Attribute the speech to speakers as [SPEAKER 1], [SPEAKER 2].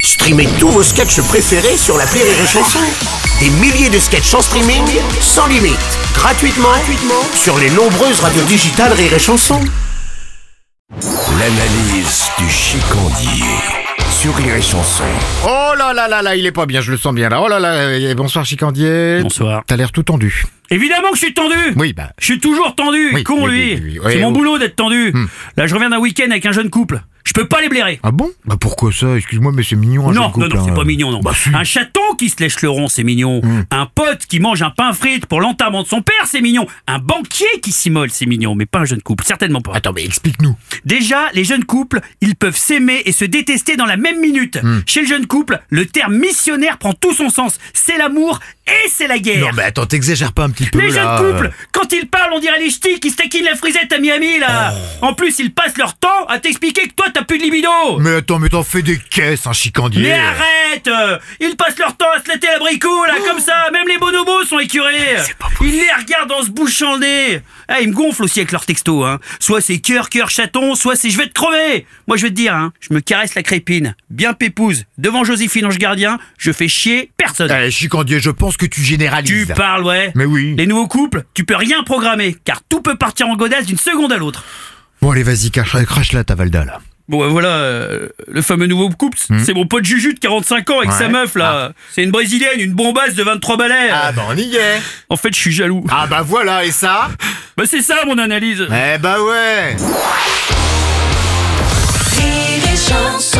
[SPEAKER 1] Streamez tous vos sketchs préférés sur la Rire et Chanson. Des milliers de sketchs en streaming, sans limite, gratuitement, gratuitement sur les nombreuses radios digitales Rire et Chanson. L'analyse du chicandier sur Rire et Chanson.
[SPEAKER 2] Oh là là là là, il est pas bien, je le sens bien là. Oh là là, et bonsoir Chicandier.
[SPEAKER 3] Bonsoir.
[SPEAKER 2] T'as l'air tout tendu.
[SPEAKER 3] Euh, Évidemment que je suis tendu
[SPEAKER 2] Oui, bah.
[SPEAKER 3] Je suis toujours tendu,
[SPEAKER 2] Oui,
[SPEAKER 3] con
[SPEAKER 2] oui, oui,
[SPEAKER 3] lui
[SPEAKER 2] oui, oui.
[SPEAKER 3] C'est
[SPEAKER 2] Ouais,
[SPEAKER 3] mon
[SPEAKER 2] oui. Hmm.
[SPEAKER 3] boulot d'être tendu Là je reviens d'un week-end avec un jeune couple. Je peux pas les blairer
[SPEAKER 2] Ah bon Bah pourquoi ça Excuse-moi, mais c'est mignon. un jeu
[SPEAKER 3] non,
[SPEAKER 2] de
[SPEAKER 3] non,
[SPEAKER 2] couple,
[SPEAKER 3] non, c'est
[SPEAKER 2] hein.
[SPEAKER 3] pas mignon, non.
[SPEAKER 2] Bah si. Hmm.
[SPEAKER 3] un chaton qui se lèche le rond, c'est mignon. Un pote qui mange un pain frite pour l'enterrement de son père, c'est mignon. Un banquier qui s'immole, c'est mignon, mais pas un jeune couple, certainement pas.
[SPEAKER 2] Attends, mais explique-nous.
[SPEAKER 3] Déjà, les jeunes couples, ils peuvent s'aimer et se détester dans la même minute.
[SPEAKER 2] Hmm.
[SPEAKER 3] Chez le jeune couple, le terme missionnaire prend tout son sens. C'est l'amour et c'est la guerre.
[SPEAKER 2] Non, mais attends, t'exagères pas un petit peu
[SPEAKER 3] Les
[SPEAKER 2] là.
[SPEAKER 3] jeunes couples, quand ils parlent, on dirait les ch'tis qui se taquinent la frisette à Miami, là En plus, ils passent leur temps à t'expliquer que toi, t'as plus de libido
[SPEAKER 2] Mais attends, mais t'en fais des caisses, un Chicandier.
[SPEAKER 3] Mais arrête euh, Ils passent leur temps à se latter à bricot, là, comme ça Même les bonobos sont écurés Ils les regardent en se bouchant le nez Ah, ils me gonflent aussi avec leurs textos, hein Soit c'est cœur, cœur, chaton, soit c'est je vais te crever Moi, je vais te dire, hein, je me caresse la crépine, bien pépouse, devant Joséphine Ange Gardien, je fais chier personne
[SPEAKER 2] Eh, Chicandier, je pense que tu généralises.
[SPEAKER 3] Tu parles, ouais
[SPEAKER 2] Mais oui.
[SPEAKER 3] Les nouveaux couples, tu peux rien programmer, car tout peut partir en godasse d'une seconde à l'autre.
[SPEAKER 2] Bon, allez, vas-y, crache, crache là ta Valda là.
[SPEAKER 3] Bon, bah voilà, euh, le fameux nouveau couple, c'est mon pote Juju de 45 ans avec
[SPEAKER 2] Hmm. Ouais. Ah.
[SPEAKER 3] sa meuf, là. C'est une brésilienne, une bombasse de 23 balais.
[SPEAKER 2] bah on y est.
[SPEAKER 3] En fait, je suis jaloux.
[SPEAKER 2] Ah bah voilà, et ça
[SPEAKER 3] Bah c'est ça, mon analyse.
[SPEAKER 2] Eh bah ouais
[SPEAKER 4] Rire et chanson.